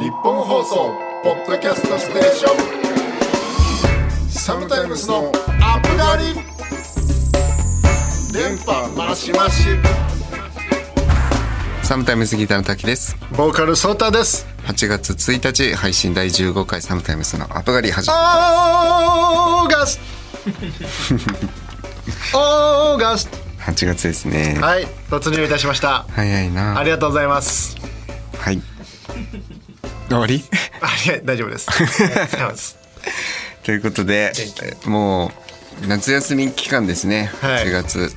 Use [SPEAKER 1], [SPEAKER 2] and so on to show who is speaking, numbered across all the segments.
[SPEAKER 1] 日本放送ポッドキャストステーションサムタイムスのアップガリ電波マシマシ
[SPEAKER 2] サムタイムズギターの滝です。
[SPEAKER 1] ボーカルソータです
[SPEAKER 2] 8月1日配信第15回サムタイムズのアップガリ始め
[SPEAKER 1] オーガ スオーガス
[SPEAKER 2] 8月ですね。
[SPEAKER 1] はい突入いたしました
[SPEAKER 2] 早いな。
[SPEAKER 1] ありがとうございます
[SPEAKER 2] はい。終わ り
[SPEAKER 1] あいや大丈夫ですありがとうございます
[SPEAKER 2] ということで、もう夏休み期間ですね。
[SPEAKER 1] はい
[SPEAKER 2] 8月。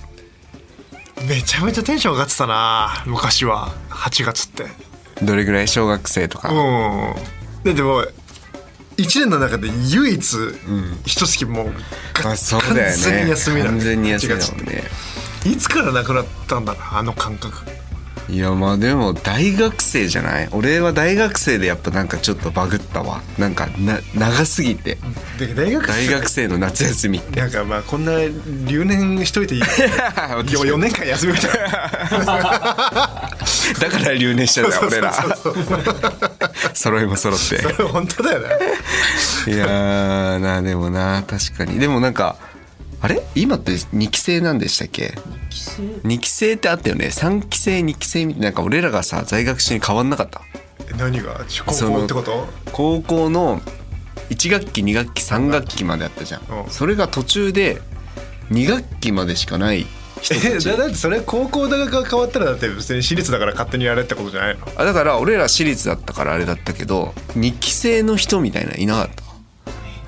[SPEAKER 1] めちゃめちゃテンション上がってたな昔は8月って
[SPEAKER 2] どれぐらい小学生とか。
[SPEAKER 1] うんだってもう1年の中で唯一一月もうが
[SPEAKER 2] まあそうだよね。
[SPEAKER 1] 完全に休みだね
[SPEAKER 2] 完全に休みだ
[SPEAKER 1] 8
[SPEAKER 2] もん
[SPEAKER 1] 月
[SPEAKER 2] ね。
[SPEAKER 1] いつからなくなったんだろうあの感覚
[SPEAKER 2] いやまあでも大学生じゃない俺は大学生でやっぱなんかちょっとバグったわなんかな長すぎて
[SPEAKER 1] で大学
[SPEAKER 2] 大
[SPEAKER 1] 生
[SPEAKER 2] 学生の夏休みって
[SPEAKER 1] なんかまあこんな留年しとい ていいよ4年間休みみたいな
[SPEAKER 2] だから留年しちゃうんだ俺ら 揃いも揃って
[SPEAKER 1] 本当だよね
[SPEAKER 2] いやーなでもな確かにでもなんかあれ今って2期生なんでしたっけ2期生ってあったよね3期生2期生みたいななんか俺らがさ在学中に変わんなかった
[SPEAKER 1] え何がちょ高
[SPEAKER 2] その
[SPEAKER 1] 校ってこと
[SPEAKER 2] 高校の1学期2学期3学期まであったじゃん、
[SPEAKER 1] うん
[SPEAKER 2] それが途中で2学期までしかない 人
[SPEAKER 1] え
[SPEAKER 2] たち
[SPEAKER 1] だだってそれ高校大学が変わったらだって別に私立だから勝手にやれってことじゃないの
[SPEAKER 2] あだから俺ら私立だったからあれだったけど2期生の人みたいないなかっ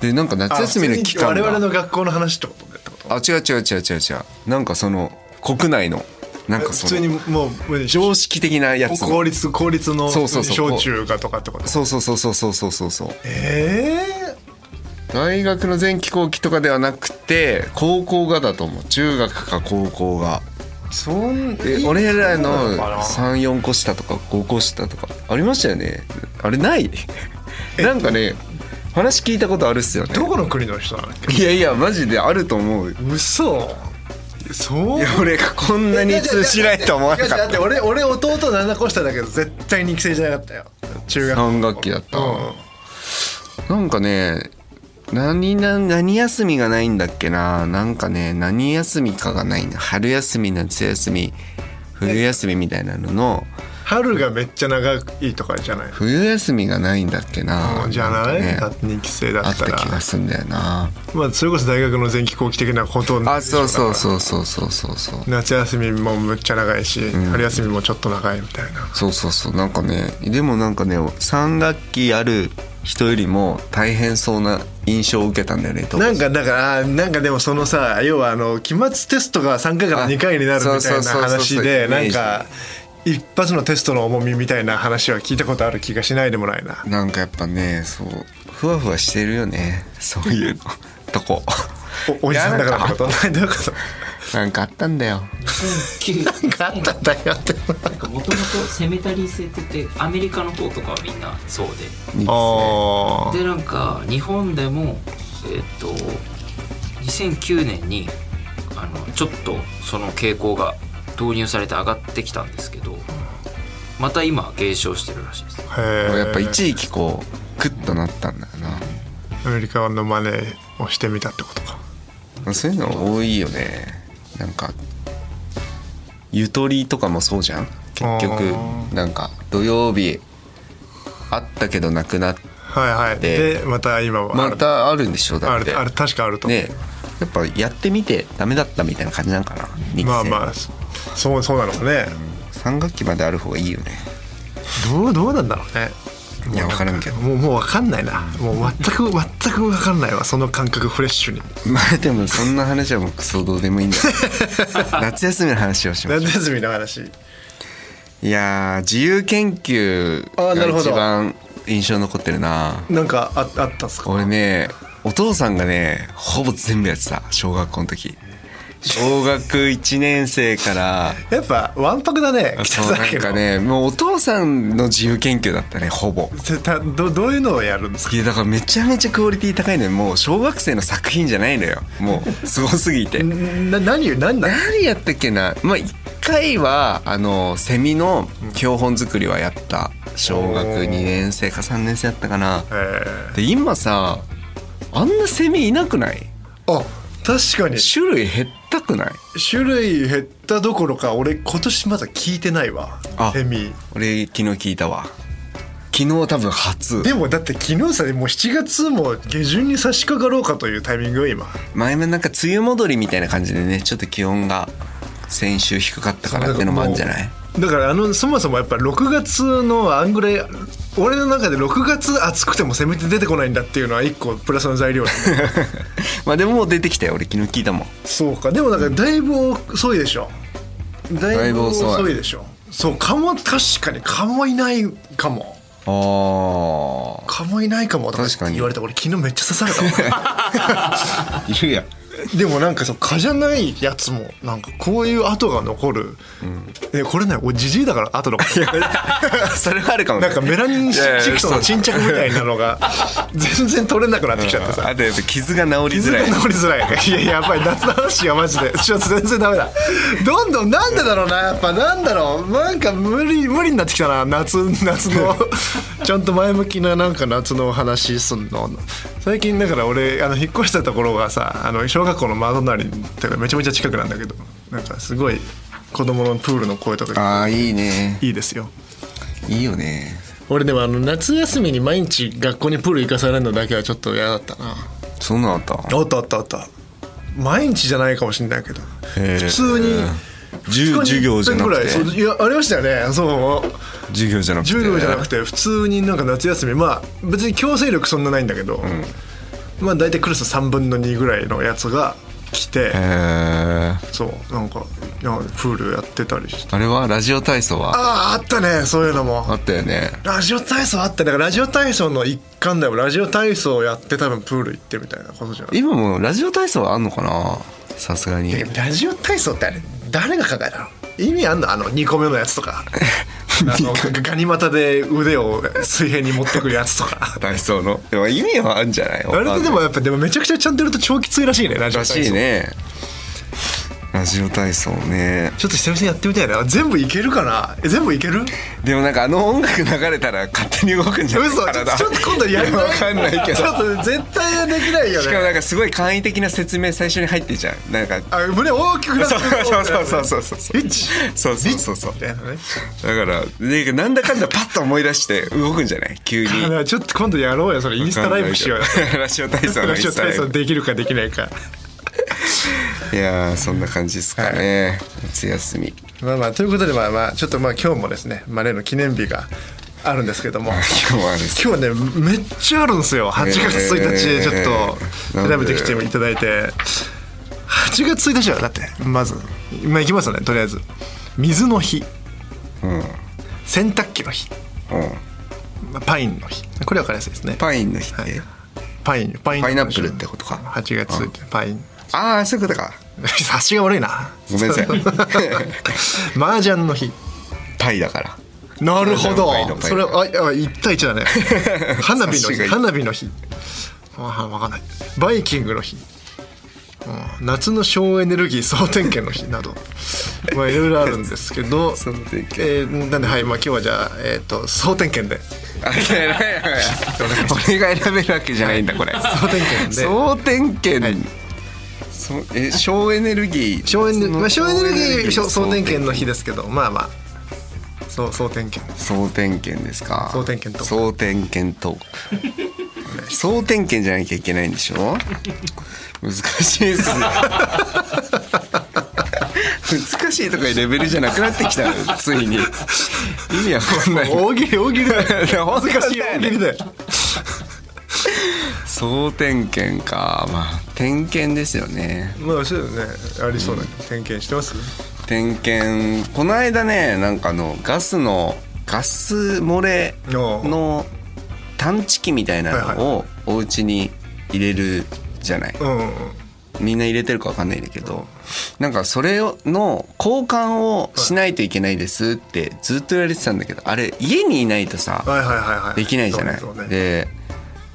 [SPEAKER 2] たでなんか夏休みの期間
[SPEAKER 1] あ普通に我々
[SPEAKER 2] が
[SPEAKER 1] の学校の話ってことねってこと
[SPEAKER 2] あ違う違う違う違う違うなんかその国内のなん
[SPEAKER 1] え
[SPEAKER 2] か
[SPEAKER 1] 普
[SPEAKER 2] そ
[SPEAKER 1] 通に
[SPEAKER 2] の
[SPEAKER 1] もう
[SPEAKER 2] 常識的なやつ
[SPEAKER 1] 公立公立の
[SPEAKER 2] そうそうそう
[SPEAKER 1] 小中がとかってこと
[SPEAKER 2] そうそうそうそうそうそうそうそう
[SPEAKER 1] え
[SPEAKER 2] 大学の前期後期とかではなくて高校がだと思う中学か高校が
[SPEAKER 1] ー、そん
[SPEAKER 2] え
[SPEAKER 1] い
[SPEAKER 2] 俺らの
[SPEAKER 1] そうなのかな
[SPEAKER 2] 34個下とか5個下とかありましたよねあれないなんかね話聞いたことあるっすよね
[SPEAKER 1] どこの国の人なの
[SPEAKER 2] いやいやマジであると思うい
[SPEAKER 1] 嘘そう
[SPEAKER 2] や俺がこんなに通じないと思わな
[SPEAKER 1] 違う違うだ
[SPEAKER 2] か
[SPEAKER 1] っ
[SPEAKER 2] ってた
[SPEAKER 1] 俺俺弟7個下だけど絶対に期生じゃなかったよ中学
[SPEAKER 2] 3学期だった
[SPEAKER 1] うん
[SPEAKER 2] なんかね何何何休みがないんだっけななんかね何休みかがないんだ春休み夏休み冬休みみたいなのの
[SPEAKER 1] 春がめっちゃ長いとかじゃない
[SPEAKER 2] 冬休みがないんだっけな
[SPEAKER 1] のじゃない、
[SPEAKER 2] ん
[SPEAKER 1] だ
[SPEAKER 2] か
[SPEAKER 1] っ
[SPEAKER 2] ね
[SPEAKER 1] て2期生だ
[SPEAKER 2] あ
[SPEAKER 1] っ
[SPEAKER 2] ったた
[SPEAKER 1] ら
[SPEAKER 2] 気がすんだよな
[SPEAKER 1] まあそれこそ大学の前期後期的なことにな
[SPEAKER 2] あ
[SPEAKER 1] るでしょ
[SPEAKER 2] そうそう
[SPEAKER 1] う
[SPEAKER 2] そうそうそうそうそう
[SPEAKER 1] だから夏休みもむっちゃ長いし、春休みもちょっと長いみたいな
[SPEAKER 2] そうそうそうなんかねでもなんかね3学期ある人よりも大変そうな印象を受けたんだよねと
[SPEAKER 1] なんかだからあーなんかでもそのさ要はあの期末テストが3回から2回になるみたい
[SPEAKER 2] あそう
[SPEAKER 1] な
[SPEAKER 2] そうそうそう
[SPEAKER 1] 話で
[SPEAKER 2] イメ
[SPEAKER 1] な
[SPEAKER 2] ー
[SPEAKER 1] ん
[SPEAKER 2] ジ
[SPEAKER 1] か一発のテストの重みみたいな話は聞いたことある気がしないでもないな
[SPEAKER 2] なんかやっぱねそうふわふわしてるよねそ ういうのとこ
[SPEAKER 1] おおじさんだからってこと どういうこ
[SPEAKER 2] なんかあったんだよ
[SPEAKER 1] と
[SPEAKER 3] 2009
[SPEAKER 1] があったんだよって
[SPEAKER 3] なんかもともとセメタリー制って言ってアメリカの方とかはみんなそう
[SPEAKER 2] いいですね
[SPEAKER 1] あ
[SPEAKER 3] ででなんか日本でもえっと2009年にあのちょっとその傾向が導入されて上がってきたんですけどまた今減少してるらしいです
[SPEAKER 1] あへえ
[SPEAKER 2] やっぱ一時期こうクッとなったんだよな
[SPEAKER 1] アメリカのマネーをしてみたってことか
[SPEAKER 2] そういうの多いよねなんかゆとりとかもそうじゃん結
[SPEAKER 1] あ
[SPEAKER 2] 局なんか土曜日あったけどなくなって
[SPEAKER 1] はいはいで
[SPEAKER 2] で
[SPEAKER 1] また今はあ
[SPEAKER 2] ま
[SPEAKER 1] る
[SPEAKER 2] たあるんでしょだ
[SPEAKER 1] あ
[SPEAKER 2] って
[SPEAKER 1] るある確かあると思う
[SPEAKER 2] ねやっぱやってみてダメだったみたいな感じなんかな
[SPEAKER 1] まあま
[SPEAKER 2] あ
[SPEAKER 1] あそうそうなのかね
[SPEAKER 2] 3学期まである方がいいよね
[SPEAKER 1] どうどうなんだろうね
[SPEAKER 2] いやわからんけど
[SPEAKER 1] もうもう分かんないなもう全く全く分かんないわその感覚フレッシュに
[SPEAKER 2] まあでもそんな話はもうクソどうで もいいんだ夏休みの話をしましょ
[SPEAKER 1] 夏休みの話
[SPEAKER 2] ういやー自由研究
[SPEAKER 1] あーなる
[SPEAKER 2] が
[SPEAKER 1] ほど
[SPEAKER 2] 一番印象に残ってるな
[SPEAKER 1] なんかああったっすか
[SPEAKER 2] 俺ねお父さんがねほぼ全部やってた小学校の時小学1年生から
[SPEAKER 1] やっぱわんぱくだね
[SPEAKER 2] そうなんかねもうお父さんの自由研究だったねほぼ
[SPEAKER 1] 北澤家のどどういうのをやるんですか
[SPEAKER 2] いやだからめちゃめちゃクオリティ高いのよもう小学生の作品じゃないのよもうすごすぎて
[SPEAKER 1] な何何なの
[SPEAKER 2] 何やったっけなまあ一回はあのセミの標本作りはやった小学2年生か3年生だったかな
[SPEAKER 4] え
[SPEAKER 2] で今さあんなセミいなくない
[SPEAKER 4] ーあ確かに
[SPEAKER 2] 種類減ったくない
[SPEAKER 4] 種類減ったどころか俺今年まだ聞いてないわ
[SPEAKER 2] あ
[SPEAKER 4] セミ
[SPEAKER 2] 俺昨日聞いたわ昨日多分初
[SPEAKER 4] でもだって昨日さもう7月も下旬に差し掛かろうかというタイミングよ今
[SPEAKER 2] 前もなんか梅雨戻りみたいな感じでねちょっと気温が先週低かったからってのもあるんじゃない
[SPEAKER 4] だからあのそもそもやっぱ6月のあんぐらい俺の中で6月暑くてもせめて出てこないんだっていうのは一個プラスの材料だね
[SPEAKER 2] まあでももう出てきたよ俺昨日聞いたもん
[SPEAKER 4] そうかでもなんかだいぶ遅いでしょだ
[SPEAKER 2] だ
[SPEAKER 4] い
[SPEAKER 2] い
[SPEAKER 4] ぶ
[SPEAKER 2] ぶ遅い
[SPEAKER 4] 遅いでしょそうかも確かにかもいないかも
[SPEAKER 2] あ
[SPEAKER 4] かもいないかもとか
[SPEAKER 2] 確かに
[SPEAKER 4] 言われた俺昨日めっちゃ刺されたもん
[SPEAKER 2] あいるやん
[SPEAKER 4] でもなんかそう蚊じゃないやつもなんかこういう跡が残る、えこれね俺じじいだから跡残る
[SPEAKER 2] それはあるかもね
[SPEAKER 4] なんかメラニン色素の沈着みたいなのが全然取れなくなってきちゃってさ
[SPEAKER 2] あとやっぱ傷が治り
[SPEAKER 4] 傷
[SPEAKER 2] づ
[SPEAKER 4] が
[SPEAKER 2] らい
[SPEAKER 4] 治りづら いいやいややっぱり夏の話がマジでちょっと全然ダメだどんどんなんでだろうなやっぱなんだろうなんか無理無理になってきたな夏夏 のちゃんと前向きななんか夏の話すんの最近だから俺あの引っ越したところがさあの小学校の窓なりっていうかめちゃめちゃ近くなんだけどなんかすごい子供のプールの声とか
[SPEAKER 2] ああいいね
[SPEAKER 4] いいですよ
[SPEAKER 2] いいよね
[SPEAKER 4] 俺でもあの夏休みに毎日学校にプール行かされるのだけはちょっと嫌だったな
[SPEAKER 2] そんなのあった
[SPEAKER 4] あったあったあった毎日じゃないかもしれないけど
[SPEAKER 2] へー
[SPEAKER 4] 普通に
[SPEAKER 2] 授授業じゃなくて
[SPEAKER 4] 二日に一遍ぐらいそういやありましたよねそう
[SPEAKER 2] 授業じゃなくて
[SPEAKER 4] 授業じゃなくて普通になんか夏休みまあ別に強制力そんなないんだけど、まあ大体クラス3分の2ぐらいのやつが来
[SPEAKER 2] へ
[SPEAKER 4] て
[SPEAKER 2] え
[SPEAKER 4] そうなんかいやプールやってたりして
[SPEAKER 2] あれはラジオ体操は
[SPEAKER 4] あああったねそういうのも
[SPEAKER 2] あったよね
[SPEAKER 4] ラジオ体操あったねだからラジオ体操の一環だよラジオ体操やって多分プール行ってみたいなことじゃない
[SPEAKER 2] 今もラジオ体操はあんのかなさすがに
[SPEAKER 4] えラジオ体操ってあれ誰が考えたの意味あんのあの2個目のやつ とかあのガニ股で腕を水平に持ってくるやつとか
[SPEAKER 2] 体操のでも意味はあるんじゃない
[SPEAKER 4] あれってでもやっぱでもめちゃくちゃちゃんとやると超きついらしいねラジオ
[SPEAKER 2] ら
[SPEAKER 4] 体操
[SPEAKER 2] しいねラジオ体操ね
[SPEAKER 4] ちょっと久々にやってみたいな全部いけるかなえ全部いける
[SPEAKER 2] でもなんかあの音楽流れたら勝手に動くんじゃない
[SPEAKER 4] 嘘ちょ
[SPEAKER 2] 体
[SPEAKER 4] ちょっと今度やり
[SPEAKER 2] いわかんないけど
[SPEAKER 4] ちょっと絶対できないよ
[SPEAKER 2] しかも
[SPEAKER 4] ね
[SPEAKER 2] なんかすごい簡易的な説明最初に入ってるじゃんなんか
[SPEAKER 4] あ胸大きくなって
[SPEAKER 2] そうそうそうそうそううそうそう
[SPEAKER 4] リッチ
[SPEAKER 2] そうそうそう
[SPEAKER 4] みたいなね
[SPEAKER 2] だからなんかなんだかんだパッと思い出して動くんじゃない急に
[SPEAKER 4] あのちょっと今度やろうよそれインスタライブしようよ
[SPEAKER 2] よラジオ体操の
[SPEAKER 4] ラ
[SPEAKER 2] イン
[SPEAKER 4] ジオ
[SPEAKER 2] スタラ
[SPEAKER 4] 体
[SPEAKER 2] イ
[SPEAKER 4] 操
[SPEAKER 2] ブ
[SPEAKER 4] できるかできないか
[SPEAKER 2] いやーそんな感じですかね、夏休み
[SPEAKER 4] まあまあということでまあまあちょっとまあ今日もですね、まあ、例の記念日があるんですけども
[SPEAKER 2] 今日はあれです
[SPEAKER 4] 今日ねめっちゃあるんですよ8月1日
[SPEAKER 2] えー
[SPEAKER 4] ちょっと調べてきていただいて8月1日はだってまずまあいきますよねとりあえず水の日、洗濯機の日
[SPEAKER 2] うん
[SPEAKER 4] まあパインの日これ分かりやすいですね
[SPEAKER 2] パインの日って、
[SPEAKER 4] はいパインパイン
[SPEAKER 2] パイナップルってことか
[SPEAKER 4] 8月1日パイン
[SPEAKER 2] ああそういうことか
[SPEAKER 4] 察しが悪いな
[SPEAKER 2] ごめんなさい
[SPEAKER 4] 麻雀の日
[SPEAKER 2] パイだから
[SPEAKER 4] なるほど
[SPEAKER 2] パイの。パイ
[SPEAKER 4] それ
[SPEAKER 2] の
[SPEAKER 4] ああ一対一だ ね。花火の
[SPEAKER 2] 差しが
[SPEAKER 4] 日
[SPEAKER 2] いい
[SPEAKER 4] 花火の日。あわかんない。バイキングの日。うん夏の省エネルギー総点検の日など、まあいろいろあるんですけ ど、
[SPEAKER 2] 総点検
[SPEAKER 4] えーなんではいまあ今日はじゃあえっ、と総点検で
[SPEAKER 2] あいやいやいや俺が選べるわけじゃないんだこれ
[SPEAKER 4] 総点検で
[SPEAKER 2] 総点検そえ省エネルギー
[SPEAKER 4] 省エネまあ省エネルギーしょ総点検の
[SPEAKER 2] 日
[SPEAKER 4] 日ですけど、まあまあそう総点検。
[SPEAKER 2] 総点検ですか
[SPEAKER 4] 総点検トーク
[SPEAKER 2] 総点検トーク総点検じゃなきゃいけないんでしょ難しいですね難しいとかいうレベルじゃなくなってきたのついに意味わかんない
[SPEAKER 4] 大喜利大喜利 だよ。
[SPEAKER 2] や
[SPEAKER 4] 恥ずかし
[SPEAKER 2] 本当
[SPEAKER 4] い
[SPEAKER 2] だよ
[SPEAKER 4] 大
[SPEAKER 2] ね
[SPEAKER 4] 喜利だよ。
[SPEAKER 2] 総点検かまあ点検ですよね
[SPEAKER 4] まあそうだよねありそうだね点検してます。
[SPEAKER 2] 点検この間ねなんかあのガスのガス漏れの探知機みたいなのをお家に入れるじゃない
[SPEAKER 4] うんうんうん。
[SPEAKER 2] みんな入れてるか分かんないんだけどなんかそれの交換をしないといけないですってずっと言われてたんだけどあれ家にいないとさ
[SPEAKER 4] はいはいはいはい。
[SPEAKER 2] できないじゃない
[SPEAKER 4] そうねそう。ね
[SPEAKER 2] で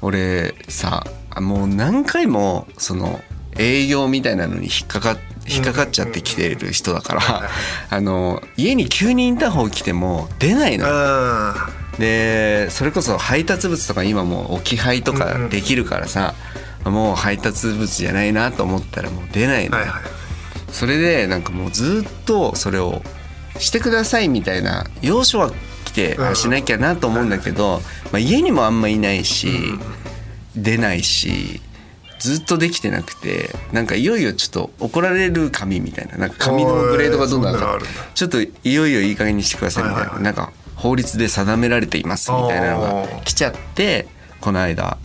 [SPEAKER 2] 俺さもう何回もその営業みたいなのに引っかか引っかかっちゃってきてる人だから、 あの家に急にインターホン来ても出ないのよ
[SPEAKER 4] う
[SPEAKER 2] でそれこそ配達物とか今もう置き配とかできるからさ、もう配達物じゃないなと思ったらもう出ない
[SPEAKER 4] ん
[SPEAKER 2] の
[SPEAKER 4] は
[SPEAKER 2] よ、
[SPEAKER 4] いはい
[SPEAKER 2] それでなんかもうずっとそれをしてくださいみたいな要所は来て
[SPEAKER 4] うん
[SPEAKER 2] あしなきゃなと思うんだけど、まあ、家にもあんまいないし、出ないしずっとできてなくてなんかいよいよちょっと怒られる紙みたいななんか紙のグレードがどんどん上がって
[SPEAKER 4] おーそんなのあるん
[SPEAKER 2] ちょっといよいよいい加減にしてくださいみたいな,、
[SPEAKER 4] はいはいはい
[SPEAKER 2] なんか法律で定められていますみたいなの
[SPEAKER 4] お
[SPEAKER 2] が
[SPEAKER 4] ー
[SPEAKER 2] 来ちゃってこの間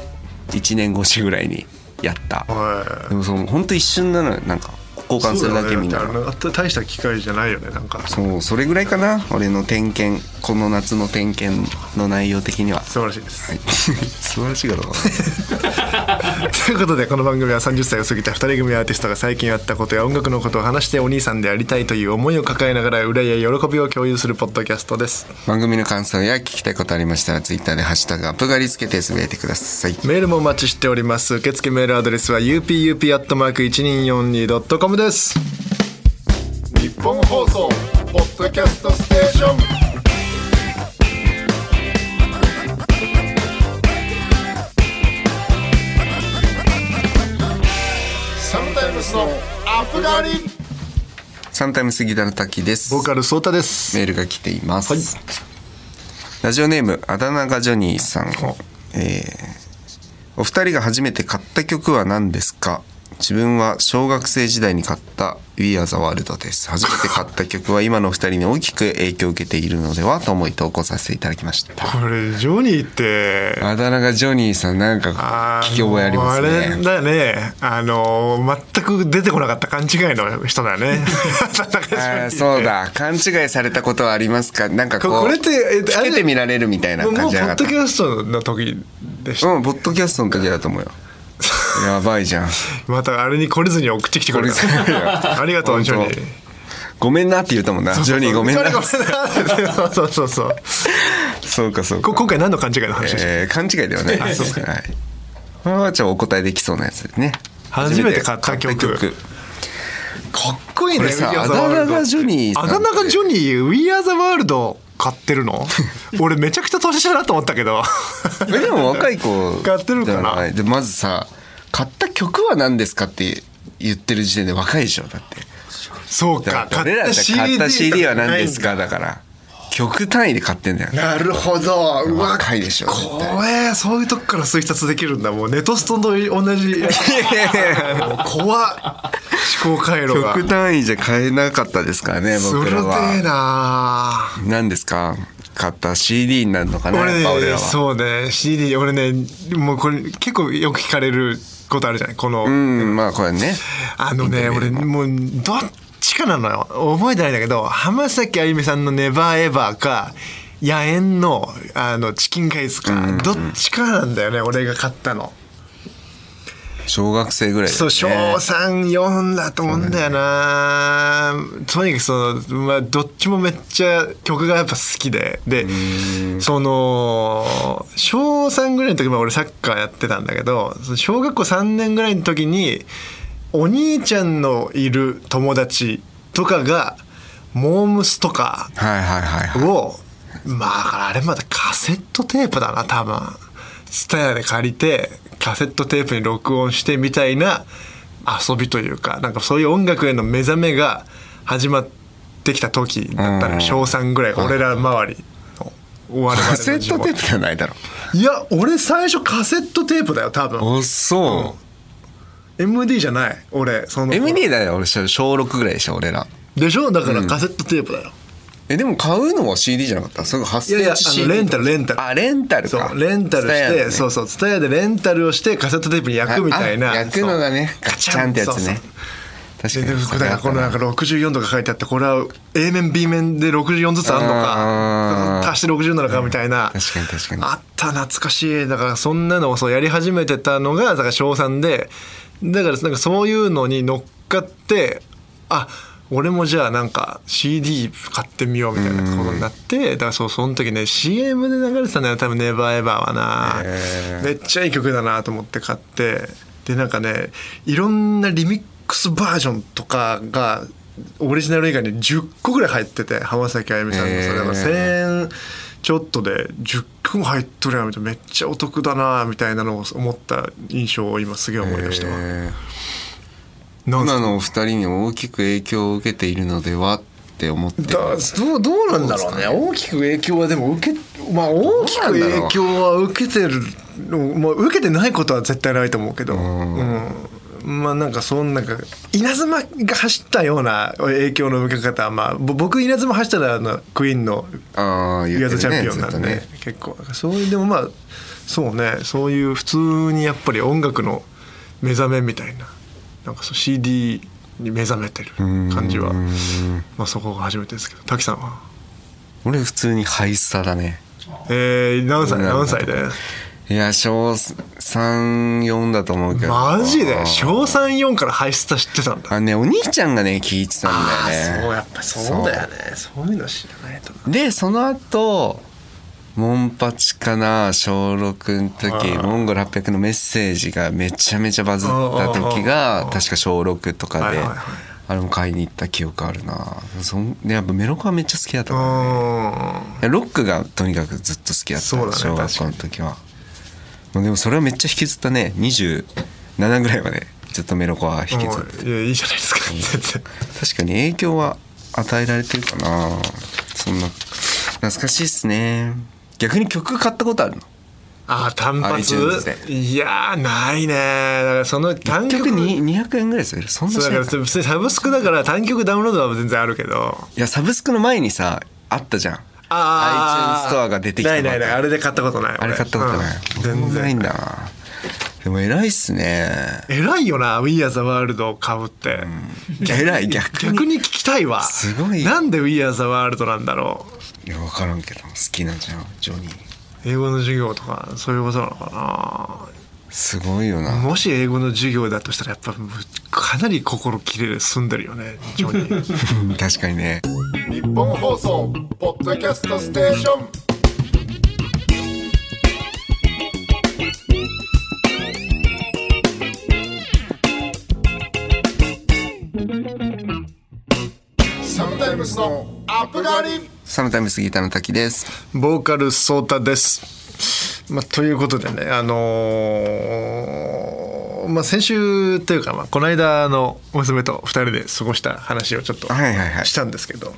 [SPEAKER 2] 1年越しぐらいにやった。
[SPEAKER 4] はい
[SPEAKER 2] でもそう本当一瞬なのよなんか交換するだけみんな
[SPEAKER 4] そうだよねだってあんな大した機会じゃないよねなんか
[SPEAKER 2] そうそれぐらいかな俺の点検この夏の点検の内容的には
[SPEAKER 4] 素晴らしいです、
[SPEAKER 2] 素晴らしいかどうか
[SPEAKER 4] ということでこの番組は30歳を過ぎた2人組アーティストが最近やったことや音楽のことを話してお兄さんでありたいという思いを抱えながら憂いや喜びを共有するポッドキャストです
[SPEAKER 2] 番組の感想や聞きたいことありましたらツイッターで「ハッシュタグアップガリ」つけてつぶやいてください
[SPEAKER 4] メールもお待ちしております受付メールアドレスは upup.1242.com です
[SPEAKER 1] 日本放送ポッドキャストステーションサムタイムスのアップガリ
[SPEAKER 2] サンタイム杉田の滝です
[SPEAKER 4] ボーカルソータです
[SPEAKER 2] メールが来ています、ラジオネームあだ名がジョニーさん、えーお二人が初めて買った曲は何ですか自分は小学生時代に買った「We Are the World」です初めて買った曲は今のお二人に大きく影響を受けているのではと思い投稿させていただきました
[SPEAKER 4] これジョニーって
[SPEAKER 2] あだ名がジョニーさんなんか聞き覚えあります
[SPEAKER 4] あのあれ
[SPEAKER 2] ね
[SPEAKER 4] だねあの全く出てこなかった勘違いの人だよ ね
[SPEAKER 2] あーそうだ勘違いされたことはありますかなんかこう
[SPEAKER 4] これってえ
[SPEAKER 2] つけてみられるみたいな
[SPEAKER 4] もうポ
[SPEAKER 2] 感じじゃ
[SPEAKER 4] ッ
[SPEAKER 2] なか
[SPEAKER 4] ド
[SPEAKER 2] っ
[SPEAKER 4] キャストの時でした、
[SPEAKER 2] たうんポッドキャストの時だと思うよやばいじゃん
[SPEAKER 4] またあれに懲りずに送ってきてくれ
[SPEAKER 2] 懲りずに
[SPEAKER 4] たありがとうジョニ
[SPEAKER 2] 本当
[SPEAKER 4] ー
[SPEAKER 2] ごめんなって言うともんな。ジョニーごめんな。
[SPEAKER 4] ジョニーごめんな そうそうそう
[SPEAKER 2] そうかそう
[SPEAKER 4] こ
[SPEAKER 2] か。
[SPEAKER 4] 今回何の勘違いの話でした、
[SPEAKER 2] えー勘違いではない。 はい。これはちょっとお答えできそうなやつですね。
[SPEAKER 4] 初めて買った曲
[SPEAKER 2] 初めて買っ
[SPEAKER 4] かっこいい
[SPEAKER 2] これさあだ名がジョニーさん
[SPEAKER 4] あ
[SPEAKER 2] って
[SPEAKER 4] だ名がジョニー「We Are the World」買って るの俺めちゃくちゃ年下だと思ったけど
[SPEAKER 2] えでも若い子
[SPEAKER 4] 買ってるかな
[SPEAKER 2] じゃいでまずさ買った曲は何ですかって言ってる時点で若いでしょだって
[SPEAKER 4] そうか
[SPEAKER 2] だから俺らって買った CD は何ですかだから曲単位で買ってんだよ
[SPEAKER 4] なるほどうわ
[SPEAKER 2] 若いでしょ絶対
[SPEAKER 4] 怖えそういうとこから推察できるんだもうネトストと同じもう怖っ思考回路が
[SPEAKER 2] 曲単位じゃ買えなかったですからね
[SPEAKER 4] そ
[SPEAKER 2] 僕
[SPEAKER 4] れで
[SPEAKER 2] らは
[SPEAKER 4] えな
[SPEAKER 2] 何ですか買った CD になるのかなやっぱ俺
[SPEAKER 4] 俺ね
[SPEAKER 2] らは
[SPEAKER 4] そうね CD 俺ねもうこれ結構よく聞かれることあるじゃないこの、
[SPEAKER 2] うんまあこれね
[SPEAKER 4] あのね俺もうどっちかなのよ覚えてないんだけど浜崎あゆみさんの「ネバーエバー」か野猿のあのチキンカイツか、どっちかなんだよね俺が買ったの。
[SPEAKER 2] 小学生ぐらいだよね
[SPEAKER 4] そう小3読んだと思うんだよな、とにかくその、まあ、どっちもめっちゃ曲がやっぱ好きででその小3ぐらいの時も俺サッカーやってたんだけどその小学校3年ぐらいの時にお兄ちゃんのいる友達とかがモームスとか
[SPEAKER 2] はいはいはいはい
[SPEAKER 4] をまああれまだカセットテープだな多分スタヤで借りてカセットテープに録音してみたいな遊びというかなんかそういう音楽への目覚めが始まってきた時だった
[SPEAKER 2] う
[SPEAKER 4] ら
[SPEAKER 2] ん
[SPEAKER 4] 小3ぐらい俺ら周りの終わる
[SPEAKER 2] カセットテープじゃないだろ
[SPEAKER 4] いや俺最初カセットテープだよ多分
[SPEAKER 2] おそ
[SPEAKER 4] MD じゃない俺その
[SPEAKER 2] う MD だよ俺小6ぐらいでしょ俺ら
[SPEAKER 4] でしょだからカセットテープだよ、
[SPEAKER 2] えでも買うのは CD じゃなかったそれが発
[SPEAKER 4] いやいや
[SPEAKER 2] 生
[SPEAKER 4] あのレンタルレンタル
[SPEAKER 2] あレンタル
[SPEAKER 4] そ
[SPEAKER 2] か
[SPEAKER 4] うレンタルして、そううそうツタヤでレンタルをしてカセットテープに焼くみたいな
[SPEAKER 2] 焼くのがねガチャンってやつ
[SPEAKER 4] そう
[SPEAKER 2] ね
[SPEAKER 4] そう
[SPEAKER 2] 確
[SPEAKER 4] で
[SPEAKER 2] か
[SPEAKER 4] で
[SPEAKER 2] に
[SPEAKER 4] だからこのなんか64とか書いてあってこれは A 面 B 面で64ずつあるの
[SPEAKER 2] あー
[SPEAKER 4] か足して60なのかみたいな、
[SPEAKER 2] 確かに確かに
[SPEAKER 4] あった懐かしいだからそんなのをそうやり始めてたのがだから小3でだからなんかそういうのに乗っかってあ俺もじゃあなんか CD 買ってみようみたいなことになってだからそうその時ね CM で流れてたんだよ多分「ネバーエバーはな、
[SPEAKER 2] へー
[SPEAKER 4] めっちゃいい曲だなと思って買ってでなんかねいろんなリミックスバージョンとかがオリジナル以外に10個ぐらい入ってて浜崎あゆみさんのそれ
[SPEAKER 2] へ
[SPEAKER 4] が
[SPEAKER 2] ー
[SPEAKER 4] 1,000円ちょっとで10曲も入っとるやんみたいなめっちゃお得だなみたいなのを思った印象を今すげえ思い出したわ。
[SPEAKER 2] えー
[SPEAKER 4] なんす
[SPEAKER 2] 今
[SPEAKER 4] か
[SPEAKER 2] のお二人に大きく影響を受けているのではって思って
[SPEAKER 4] だどうどうなんだろうね大きく影響はでも受けまあ大きく
[SPEAKER 2] どうなんだろう
[SPEAKER 4] 影響は受けてるの、まあ、受けてないことは絶対ないと思うけど、
[SPEAKER 2] ん
[SPEAKER 4] うんまあなんかそんなんか稲妻が走ったような影響の受け方はまあぼ僕稲妻走ったらあのクイーンの
[SPEAKER 2] ああ
[SPEAKER 4] 「ユアザチャンピオン」
[SPEAKER 2] ず
[SPEAKER 4] な
[SPEAKER 2] っ
[SPEAKER 4] ん
[SPEAKER 2] と
[SPEAKER 4] で、結構そういうでもまあそうねそういう普通にやっぱり音楽の目覚めみたいななんかそう CD に目覚めてる感じはまあそこが初めてですけど滝さんは
[SPEAKER 2] 俺普通にハイスタだね
[SPEAKER 4] えー、何歳
[SPEAKER 2] なんだ
[SPEAKER 4] 何歳で
[SPEAKER 2] いや小34だと思うけど
[SPEAKER 4] マジで
[SPEAKER 2] 小
[SPEAKER 4] 小三四からハイスタ知ってたんだ
[SPEAKER 2] あねお兄ちゃんがね聞いてたんだよね
[SPEAKER 4] そうやっぱそうだよねそういうの知らないとな
[SPEAKER 2] でその後モンパチかな小6の時
[SPEAKER 4] あー
[SPEAKER 2] モンゴル800のメッセージがめちゃめちゃバズった時
[SPEAKER 4] あーあーあ
[SPEAKER 2] が
[SPEAKER 4] ー
[SPEAKER 2] 確か小6とかで
[SPEAKER 4] はいはいはい
[SPEAKER 2] あれも買いに行った記憶あるなそんでやっぱメロコはめっちゃ好きだったから
[SPEAKER 4] う
[SPEAKER 2] ロックがとにかくずっと好きだった
[SPEAKER 4] そうだね
[SPEAKER 2] 小学校の時はまあでもそれはめっちゃ引きずったね27ぐらいまでずっとメロコは引きずって
[SPEAKER 4] んいやいいじゃないですか全然
[SPEAKER 2] 確かに影響は与えられてるかなそんな懐かしいっすね逆に曲買ったことあるの
[SPEAKER 4] あー単発
[SPEAKER 2] iTunes で
[SPEAKER 4] いやーないねだからその単曲
[SPEAKER 2] 曲に200円ぐらいするそんな
[SPEAKER 4] そう
[SPEAKER 2] し
[SPEAKER 4] だか
[SPEAKER 2] な
[SPEAKER 4] ら
[SPEAKER 2] いか
[SPEAKER 4] 別にサブスクだから単曲ダウンロードは全然あるけど
[SPEAKER 2] いやサブスクの前にさあったじゃん
[SPEAKER 4] あ
[SPEAKER 2] iTunes ストアが出てきた
[SPEAKER 4] な
[SPEAKER 2] ばっ
[SPEAKER 4] い
[SPEAKER 2] か
[SPEAKER 4] ないないあれで買ったことない
[SPEAKER 2] あれ買ったことない、
[SPEAKER 4] 俺うん
[SPEAKER 2] 全
[SPEAKER 4] 全
[SPEAKER 2] 然ないん
[SPEAKER 4] 然
[SPEAKER 2] だなでも偉いっすね
[SPEAKER 4] 偉いよな「We Are the World」を買うって、
[SPEAKER 2] 偉い逆に
[SPEAKER 4] 逆に聞きたいわ
[SPEAKER 2] すごい
[SPEAKER 4] なんで「We Are the World」なんだろ
[SPEAKER 2] いや分からんけど好きなんじゃんジョニー
[SPEAKER 4] う英語の授業とかそういうことなのか
[SPEAKER 2] すごいよ
[SPEAKER 4] な
[SPEAKER 2] な
[SPEAKER 4] もし英語の授業だとしたらやっぱかなり心切れる澄んでるよねジョニー
[SPEAKER 2] 確かにね
[SPEAKER 1] 日本放送ポッドキャストステーションサムタイムスのアップガリ
[SPEAKER 2] サムタイムスギターの滝です
[SPEAKER 4] ボーカルソータです、まあ、ということでねあのーまあ、先週というか、まあ、この間の娘と2人で過ごした話をちょっと
[SPEAKER 2] はいはいはい
[SPEAKER 4] したんですけど、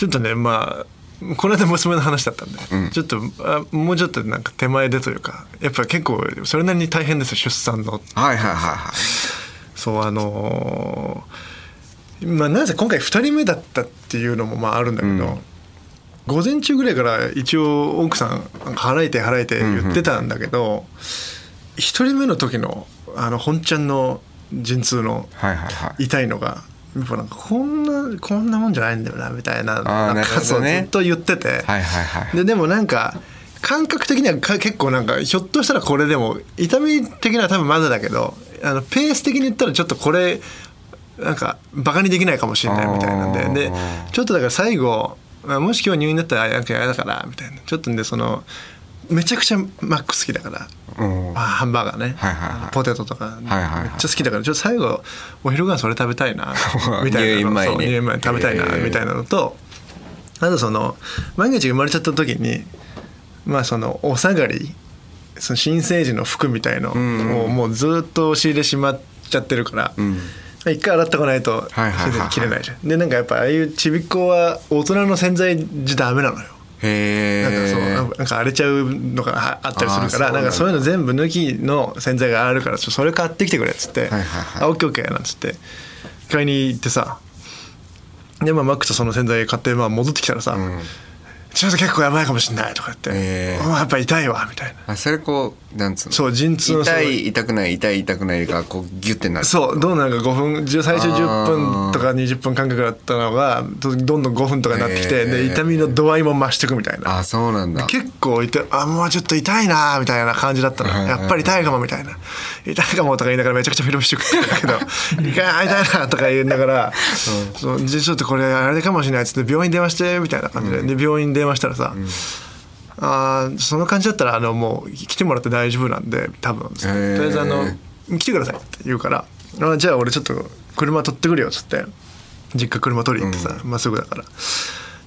[SPEAKER 4] ちょっとねまあこの間娘の話だったんで、ちょっとあもうちょっとなんか手前でというかやっぱ結構それなりに大変ですよ出産の
[SPEAKER 2] はいはいはいはい
[SPEAKER 4] そうあのーまあなぜ今回2人目だったっていうのもまああるんだけど、午前中ぐらいから一応奥さんなんか払えて払えて言ってたんだけど、一1人目の時のあの本ちゃんの陣痛の
[SPEAKER 2] はいはいはい
[SPEAKER 4] 痛いのが。やっぱなんかこんなこんなもんじゃないんだよなみたいな
[SPEAKER 2] あーなるほ
[SPEAKER 4] 数
[SPEAKER 2] ど
[SPEAKER 4] をず
[SPEAKER 2] ね
[SPEAKER 4] っと言ってて、
[SPEAKER 2] はいはいはい
[SPEAKER 4] ででもなんか感覚的にはか結構なんかひょっとしたらこれでも痛み的には多分まだだけどあのペース的に言ったらちょっとこれなんかバカにできないかもしれないみたいなん
[SPEAKER 2] あー
[SPEAKER 4] ででちょっとだから最後まあもし今日入院だったらなんか嫌だからみたいなちょっとんでそのめちゃくちゃマック好きだから。
[SPEAKER 2] うん
[SPEAKER 4] まあ、ハンバーガーね、
[SPEAKER 2] はいはいはい
[SPEAKER 4] ポテトとか、
[SPEAKER 2] はいはい
[SPEAKER 4] めっちゃ好きだからちょっと最後お昼ご飯それ食べたいな みたいな
[SPEAKER 2] 入
[SPEAKER 4] の
[SPEAKER 2] 院前に
[SPEAKER 4] そう入院前に食べたいな
[SPEAKER 2] へー
[SPEAKER 4] みたいなのとあとその毎日生まれちゃった時にまあそのお下がりその新生児の服みたいのをもうずっと仕入れしまっちゃってるから、一回洗っとかないと
[SPEAKER 2] はいはいはいはい
[SPEAKER 4] 切れないじゃん。でなんかやっぱああいうちびっ子は大人の洗剤じゃダメなのよ。
[SPEAKER 2] へ
[SPEAKER 4] なんかそう
[SPEAKER 2] え
[SPEAKER 4] なんか荒れちゃうのがああったりするから
[SPEAKER 2] あーそうなんだ
[SPEAKER 4] なんかそういうの全部抜きの洗剤があるからちょっとそれ買ってきてくれっつって
[SPEAKER 2] は
[SPEAKER 4] 「
[SPEAKER 2] いはいはい
[SPEAKER 4] あオッケーオッケー」なんつって買いに行ってさで、まあ、マックとその洗剤買って、まあ、戻ってきたらさ、ちょっと結構やばいかもしんない」とか言って「
[SPEAKER 2] へー
[SPEAKER 4] うんやっぱ痛いわ」みたいな。
[SPEAKER 2] あそれこうなんつうの
[SPEAKER 4] そう陣痛の
[SPEAKER 2] 痛い痛くない痛い痛くないがこうギュッてなる
[SPEAKER 4] そうどうなんか5分じゅ最初
[SPEAKER 2] あー
[SPEAKER 4] 10分とか20分間隔だったのがどどんどん5分とかになってきて、
[SPEAKER 2] へ
[SPEAKER 4] で
[SPEAKER 2] ー
[SPEAKER 4] 痛みの度合いも増していくみたいな
[SPEAKER 2] あそうなんだ
[SPEAKER 4] 結構痛いあもうちょっと痛いなみたいな感じだったの
[SPEAKER 2] うんうんうん
[SPEAKER 4] やっぱり痛いかもみたいな痛いかもとか言いながらめちゃくちゃフィルムしてくるけ ど痛い痛いなとか言いながら、そうじゃあちょっとこれあれかもしれないっつって病院電話してみたいな感じで,、で病院電話したらさ、あーその感じだったらあのもう来てもらって大丈夫なんで多分とりあえずあの
[SPEAKER 2] へ
[SPEAKER 4] 来てくださいって言うからあじゃあ俺ちょっと車取ってくるよ」っつって実家車取りに行ってさ、まあすぐだからだか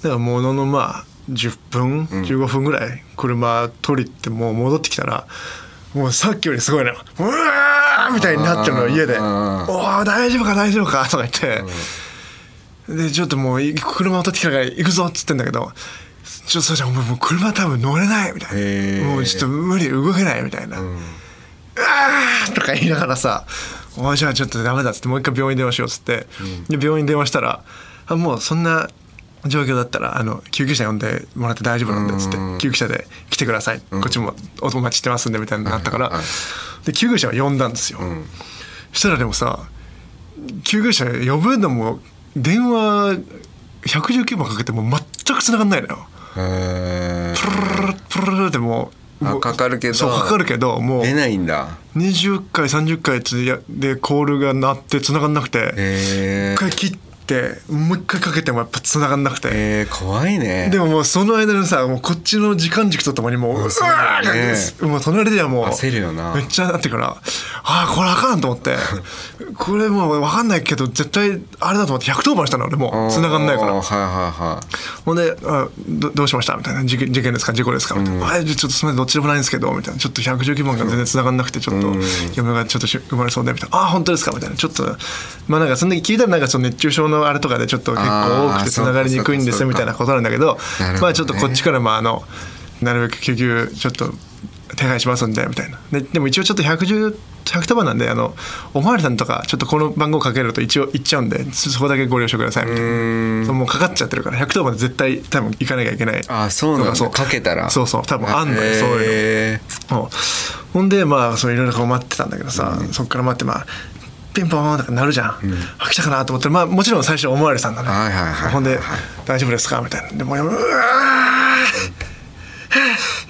[SPEAKER 4] らもののまあ10分15分ぐらい車取り行ってもう戻ってきたらもうさっきよりすごいな「うわー!」みたいになってるの家で「
[SPEAKER 2] う
[SPEAKER 4] お
[SPEAKER 2] ん
[SPEAKER 4] ー大丈夫か大丈夫か」とか言って。でちょっともうい車を取ってきたから行くぞっつってんだけど「ちょっとそうじゃんお前もう車多分乗れない」みたい
[SPEAKER 2] へー
[SPEAKER 4] な「もうちょっと無理動けない」みたいな「うあー!」とか言いながらさ「お前じゃあちょっとダメだ」っつってもう一回病院電話しようっつって、で病院電話したらあ「もうそんな状況だったらあの救急車呼んでもらって大丈夫なんで」っつって「救急車で来てください、こっちもお友達してますんで」みたいになったから、で救急車を呼んだんですよ。そしたらでもさ救急車呼ぶのも電話119番かけても全く繋がんないのよ
[SPEAKER 2] へ
[SPEAKER 4] プルルルプルルルってもう
[SPEAKER 2] あ
[SPEAKER 4] もう
[SPEAKER 2] かかるけど
[SPEAKER 4] そうかかるけどもう
[SPEAKER 2] ー出ないんだ
[SPEAKER 4] 20回30回つやでコールが鳴って繋がんなくて
[SPEAKER 2] へ
[SPEAKER 4] 一回切ってもう一回かけてもやっぱ繋がんなくて
[SPEAKER 2] え怖いね
[SPEAKER 4] でももうその間のさもうこっちの時間軸とともにもううわ
[SPEAKER 2] そうだよね
[SPEAKER 4] ーもう隣ではもう
[SPEAKER 2] 焦るよな
[SPEAKER 4] めっちゃなってからああこれあかんと思ってこれもう分かんないけど絶対あれだと思って110番したの俺もう繋がんないか
[SPEAKER 2] おー
[SPEAKER 4] ら
[SPEAKER 2] はいはいはい
[SPEAKER 4] ほんであど「どうしました?」みたいな事件「事件ですか事故ですか?」みたいな「あじゃあちょっとすみませんどっちでもないんですけど」みたいな「ちょっと119番が全然繋がんなくてちょっと嫁がちょっとし生まれそうで」みたいな「あ本当ですか?」みたいなちょっとまあなんかそんなに聞いたらなんかその熱中症のあれとかでちょっと結構多く
[SPEAKER 2] あー
[SPEAKER 4] て繋がりにくいんです
[SPEAKER 2] そうかそうか
[SPEAKER 4] みたいなことなんだけど
[SPEAKER 2] なるほどね
[SPEAKER 4] まあちょっとこっちからまああのなるべく救急ちょっと手配しますんでみたいなででも一応ちょっと110 110番なんであのおまわりさんとかちょっとこの番号かけると一応行っちゃうんでそそこだけご了承くださいみたいなそうもうかかっちゃってるから110番で絶対多分行かなきゃいけない
[SPEAKER 2] あそうなんだ
[SPEAKER 4] そう
[SPEAKER 2] かけたら
[SPEAKER 4] そうそう多分あんのよそういうの
[SPEAKER 2] へ
[SPEAKER 4] うんほんでまあそういろいろこう待ってたんだけどさ、そっから待ってまあピンポーンとかなるじゃん、あ来たかなと思ってまあもちろん最初おまわりさんだね、
[SPEAKER 2] はいはいはい
[SPEAKER 4] ほんで「大丈夫ですか?」みたいなでもううわー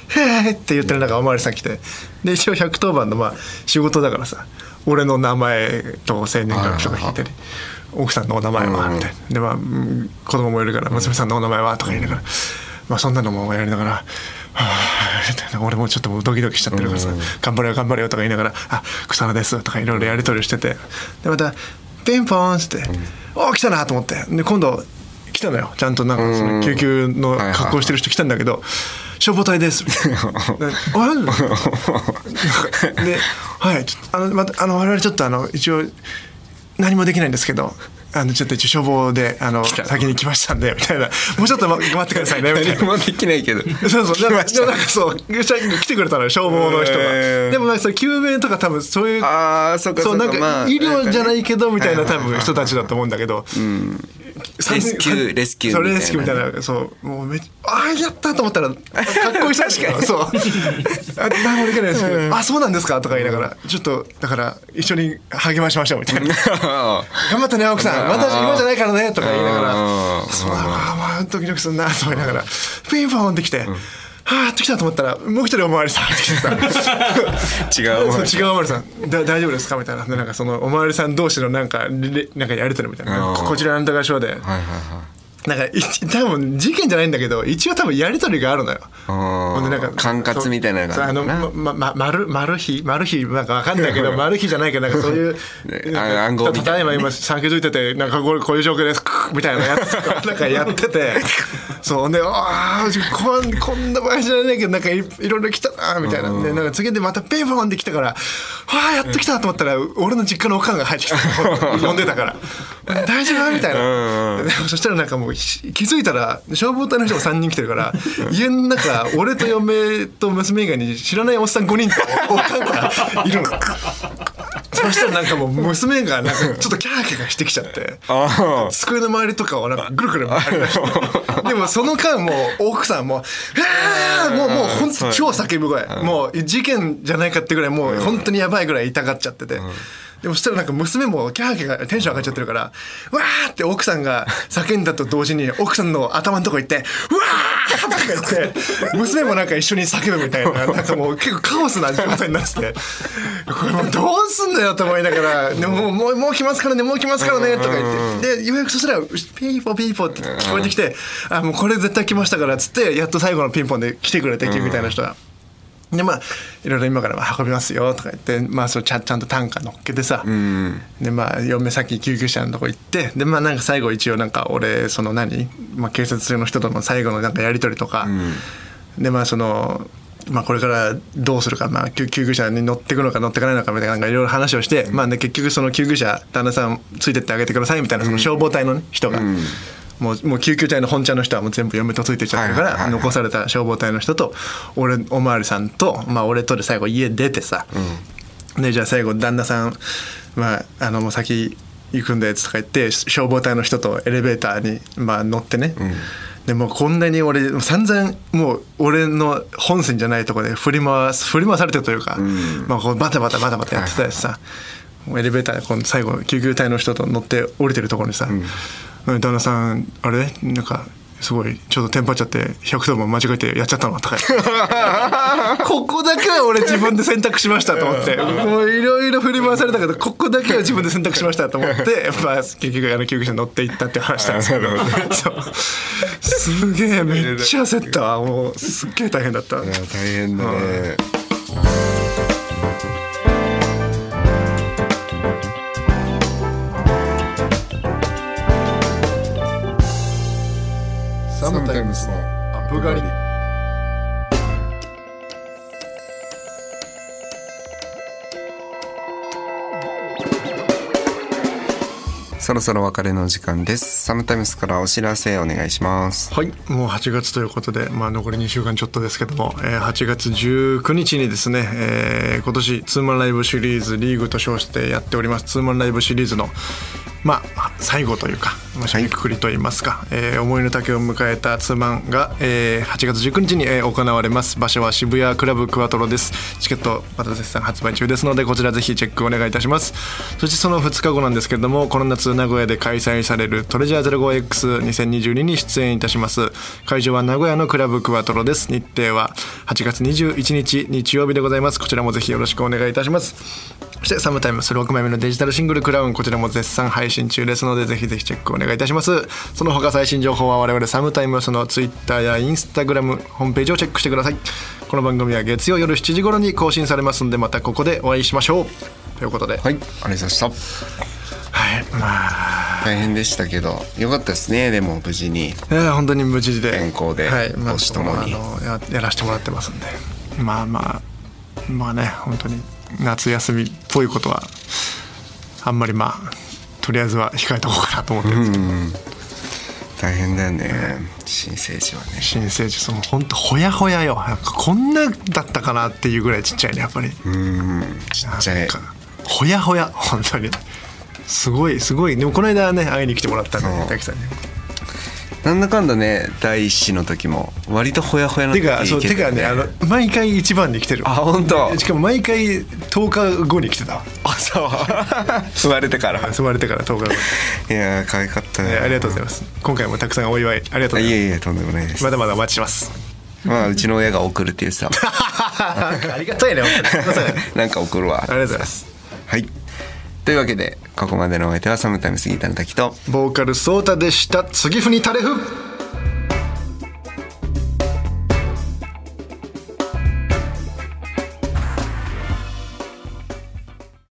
[SPEAKER 4] へーって言ってる中おまわりさん来てで一応110番のまあ仕事だからさ俺の名前と生年月日とか聞いたり奥さんのお名前はみたいなでまあうん子供もいるから娘さんのお名前はとか言いながらまあそんなのもやりながらはあみたいな俺もちょっともうドキドキしちゃってるからさ頑張れよ頑張れよとか言いながらあ草野ですとかいろいろやり取りしててでまたピンポーンっつってお来たなと思ってで今度来たのよちゃんとなんかその救急の格好してる人来たんだけど消防隊 ですみたいなであれ で、はい、ちょっとあの、また、あの、我々ちょっと、あの、一応。何もできないんですけど。あのちょっと一応消防であの
[SPEAKER 2] たの
[SPEAKER 4] 先に来ましたんでみたいなもうちょっとま待ってくださいねみたい
[SPEAKER 2] 何
[SPEAKER 4] な
[SPEAKER 2] もできないけど
[SPEAKER 4] そうそう
[SPEAKER 2] 来
[SPEAKER 4] なん
[SPEAKER 2] ま
[SPEAKER 4] か
[SPEAKER 2] した
[SPEAKER 4] でもなんかそう来てくれたのよ消防の人が、
[SPEAKER 2] へー
[SPEAKER 4] でもなんかその救命とか多分そういう
[SPEAKER 2] あーそうか
[SPEAKER 4] そう
[SPEAKER 2] そう
[SPEAKER 4] なん
[SPEAKER 2] かま
[SPEAKER 4] か
[SPEAKER 2] あ
[SPEAKER 4] 医療じゃないけどみたいな
[SPEAKER 2] はいは
[SPEAKER 4] 多
[SPEAKER 2] いはい
[SPEAKER 4] 分人たちだと思うんだけど、
[SPEAKER 2] レ
[SPEAKER 4] 三人
[SPEAKER 2] スキューレスキュー
[SPEAKER 4] そ
[SPEAKER 2] みた
[SPEAKER 4] う
[SPEAKER 2] いな
[SPEAKER 4] レスキューみたいなそうもうめっああやったと思ったらかっこいい人確かにそうあ何もできないですけどあそうなんですかとか言いながらちょっとだから一緒に励ましましょうみたいな頑張ったね青木さんまた今じゃないからねとか言いなが
[SPEAKER 2] うん
[SPEAKER 4] らそうだなまあドキドキするなと思いながらピンポンってきて、はあってきたと思ったらもう一人おまわりさんってきてさ
[SPEAKER 2] 違うお巡り
[SPEAKER 4] そう違うおまわりさんだ大丈夫ですかみたいなでなんかそのおまわりさん同士のなんかれなんかやり取りみたいな
[SPEAKER 2] うん
[SPEAKER 4] ここちらなんとか署で、なんかい多分事件じゃないんだけど一応多分やり取りがあるのよ。ほんでなんか
[SPEAKER 2] 管轄みたいなの
[SPEAKER 4] そう
[SPEAKER 2] があ
[SPEAKER 4] あ
[SPEAKER 2] る
[SPEAKER 4] の
[SPEAKER 2] のかな
[SPEAKER 4] まままマルマルヒマルヒなんかわかんないけどマルヒじゃないけどなんかそういう
[SPEAKER 2] ね
[SPEAKER 4] なんか
[SPEAKER 2] あ暗号みたいなね
[SPEAKER 4] ただいま今産休ついててなんかこれこういう状況ですクッみたいなや つとかなんかやっててそうねああこんこんな場合じゃないけどなんかいいろいろ来たなみたいなでなんか次でまたペンポンで来たからああやっと来たと思ったら俺の実家のおかんが入ってきた 呼んでたから大丈夫みたいなでそしたらなんかもうひ気づいたら消防隊の人も3人来てるから家の中俺と嫁と娘以外に知らないおっさん5人とおかんがいるの。そしたらなんかもう娘がなんかちょっとキャーキャーしてきちゃって
[SPEAKER 2] あー
[SPEAKER 4] 机の周りとかをなんかぐるぐる回りだしてでもその間もう奥さんも「うわーもうもう本当超叫ぶ声もう事件じゃないかってぐらいもう本当にやばいぐらい痛がっちゃってて。でもそしたらなんか娘もキャーキャーテンション上がっちゃってるからわーって奥さんが叫んだと同時に奥さんの頭のとこ行ってわーとか言って娘もなんか一緒に叫ぶみたいななんかもう結構カオスな状態になっててこれもうどうすんだよと思いながらでももうもう来ますからねもう来ますからねとか言ってでようやくそしたらピーポーピーポーって聞こえてきてあもうこれ絶対来ましたからっつってやっと最後のピンポンで来てくれてみたいな人が。でまあいろいろ今から運びますよとか言って、まあ、そうちゃちゃんと単価乗っけてさ、でまあ嫁先救急車のとこ行ってでまあなんか最後一応なんか俺その何、まあ、警察の人との最後のなんかやり取りとか、でまあその。まあ、これからどうするか、まあ、救救急車に乗ってくのか乗ってかないのかみたいななんかいろいろ話をして、まあね、結局その救急車旦那さんついてってあげてくださいみたいなその消防隊のね、人が、もうもう救急隊の本ちゃんの人はもう全部嫁とついてっちゃってるから、
[SPEAKER 2] はいはいはいはい
[SPEAKER 4] 残された消防隊の人と俺おまわりさんと、まあ、俺とで最後家出てさ、でじゃあ最後旦那さんまああのもう先行くんでとか言ってし消防隊の人とエレベーターに、まあ、乗ってね、でもうこんなに俺もう散々もう俺の本線じゃないとこで振り回す振り回されてるというか、まあ、こうバタバタバタバタやってたやつさ、もうエレベーターでこの最後救急隊の人と乗って降りてるところにさ、旦那さんあれなんかすごいちょっとテンパっちゃって110番間違えてやっちゃったの とか言ってここだけは俺自分で選択しましたと思ってもういろいろ振り回されたけどここだけは自分で選択しましたと 思って、まあ、結局あの救急車に乗っていったっていう話なんですけどそうすげえめっちゃ焦ったわもうすっげえ大変だった。
[SPEAKER 2] いや大変だね。
[SPEAKER 1] サムタイムスのアップ狩り
[SPEAKER 2] そろそろお別れの時間です。サムタイムスからお知らせお願いします。
[SPEAKER 4] はい、もう8月ということで、まあ、残り2週間ちょっとですけども、えー8月19日にですね、えー今年ツーマンライブシリーズリーグと称してやっておりますツーマンライブシリーズの、まあ、最後というか、まあ、締めくくりといいますか、えー思いの丈を迎えたツーマンが、えー8月19日に、えー行われます場所は渋谷クラブクワトロですチケットまた絶賛発売中ですのでこちらぜひチェックお願いいたしますそしてその2日後なんですけれどもこの夏名古屋で開催されるトレジャー 05X2022 に出演いたします会場は名古屋のクラブクワトロです日程は8月21日日曜日でございますこちらもぜひよろしくお願いいたしますそしてサムタイムス6枚目のデジタルシングル「クラウン」こちらも絶賛配信中ですのでぜひぜひチェックお願いいたしますその他最新情報は我々サムタイムスの Twitter や Instagram ホームページをチェックしてくださいこの番組は月曜夜7時頃に更新されますのでまたここでお会いしましょうということで、
[SPEAKER 2] はい、ありがとうございました。
[SPEAKER 4] はいまあ
[SPEAKER 2] 大変でしたけど、よかったですね。でも無事に。
[SPEAKER 4] いや本当に無事で
[SPEAKER 2] 健康で
[SPEAKER 4] はいまあ、
[SPEAKER 2] 母子ともに
[SPEAKER 4] あのややらせてもらってますんでまあまあまあね本当に夏休みっぽいことはあんまりまあとりあえずは控えとこうかなと思ってるんですけど、
[SPEAKER 2] 大変だよね。新生児はね。
[SPEAKER 4] 新生児その本当ほやほやよなんかこんなだったかなっていうぐらいちっちゃいねやっぱり
[SPEAKER 2] ちっちゃ
[SPEAKER 4] なん
[SPEAKER 2] い。
[SPEAKER 4] かほやほや本当にすごいすごいでもこの間ね会いに来てもらったん
[SPEAKER 2] そ
[SPEAKER 4] で
[SPEAKER 2] う
[SPEAKER 4] 滝さんに
[SPEAKER 2] なんだかんだね、第一子の時も割とほやほやの
[SPEAKER 4] て
[SPEAKER 2] 時
[SPEAKER 4] かそう
[SPEAKER 2] いけ
[SPEAKER 4] て
[SPEAKER 2] た
[SPEAKER 4] か
[SPEAKER 2] よ
[SPEAKER 4] ねあの毎回一番に来てる
[SPEAKER 2] あ本当。
[SPEAKER 4] しかも毎回10日後に来てたわ
[SPEAKER 2] あそう。 生まれてから。
[SPEAKER 4] 生まれてから10日後に、
[SPEAKER 2] いやー可愛かった
[SPEAKER 4] え
[SPEAKER 2] ね。
[SPEAKER 4] ーありがとうございます今回もたくさんお祝いありがとうござい
[SPEAKER 2] い
[SPEAKER 4] ま
[SPEAKER 2] えいえとんでもないですす。
[SPEAKER 4] まだまだお待ちします
[SPEAKER 2] まあうちの親が送るっていうさ。
[SPEAKER 4] ありがたいね本当にすいま せんありが
[SPEAKER 2] なんか送るわ。
[SPEAKER 4] とうございます
[SPEAKER 2] はい。というわけでここまでのお相手はサムタイムスギターの滝と。
[SPEAKER 4] ボーカルソータでした次ふにタレフ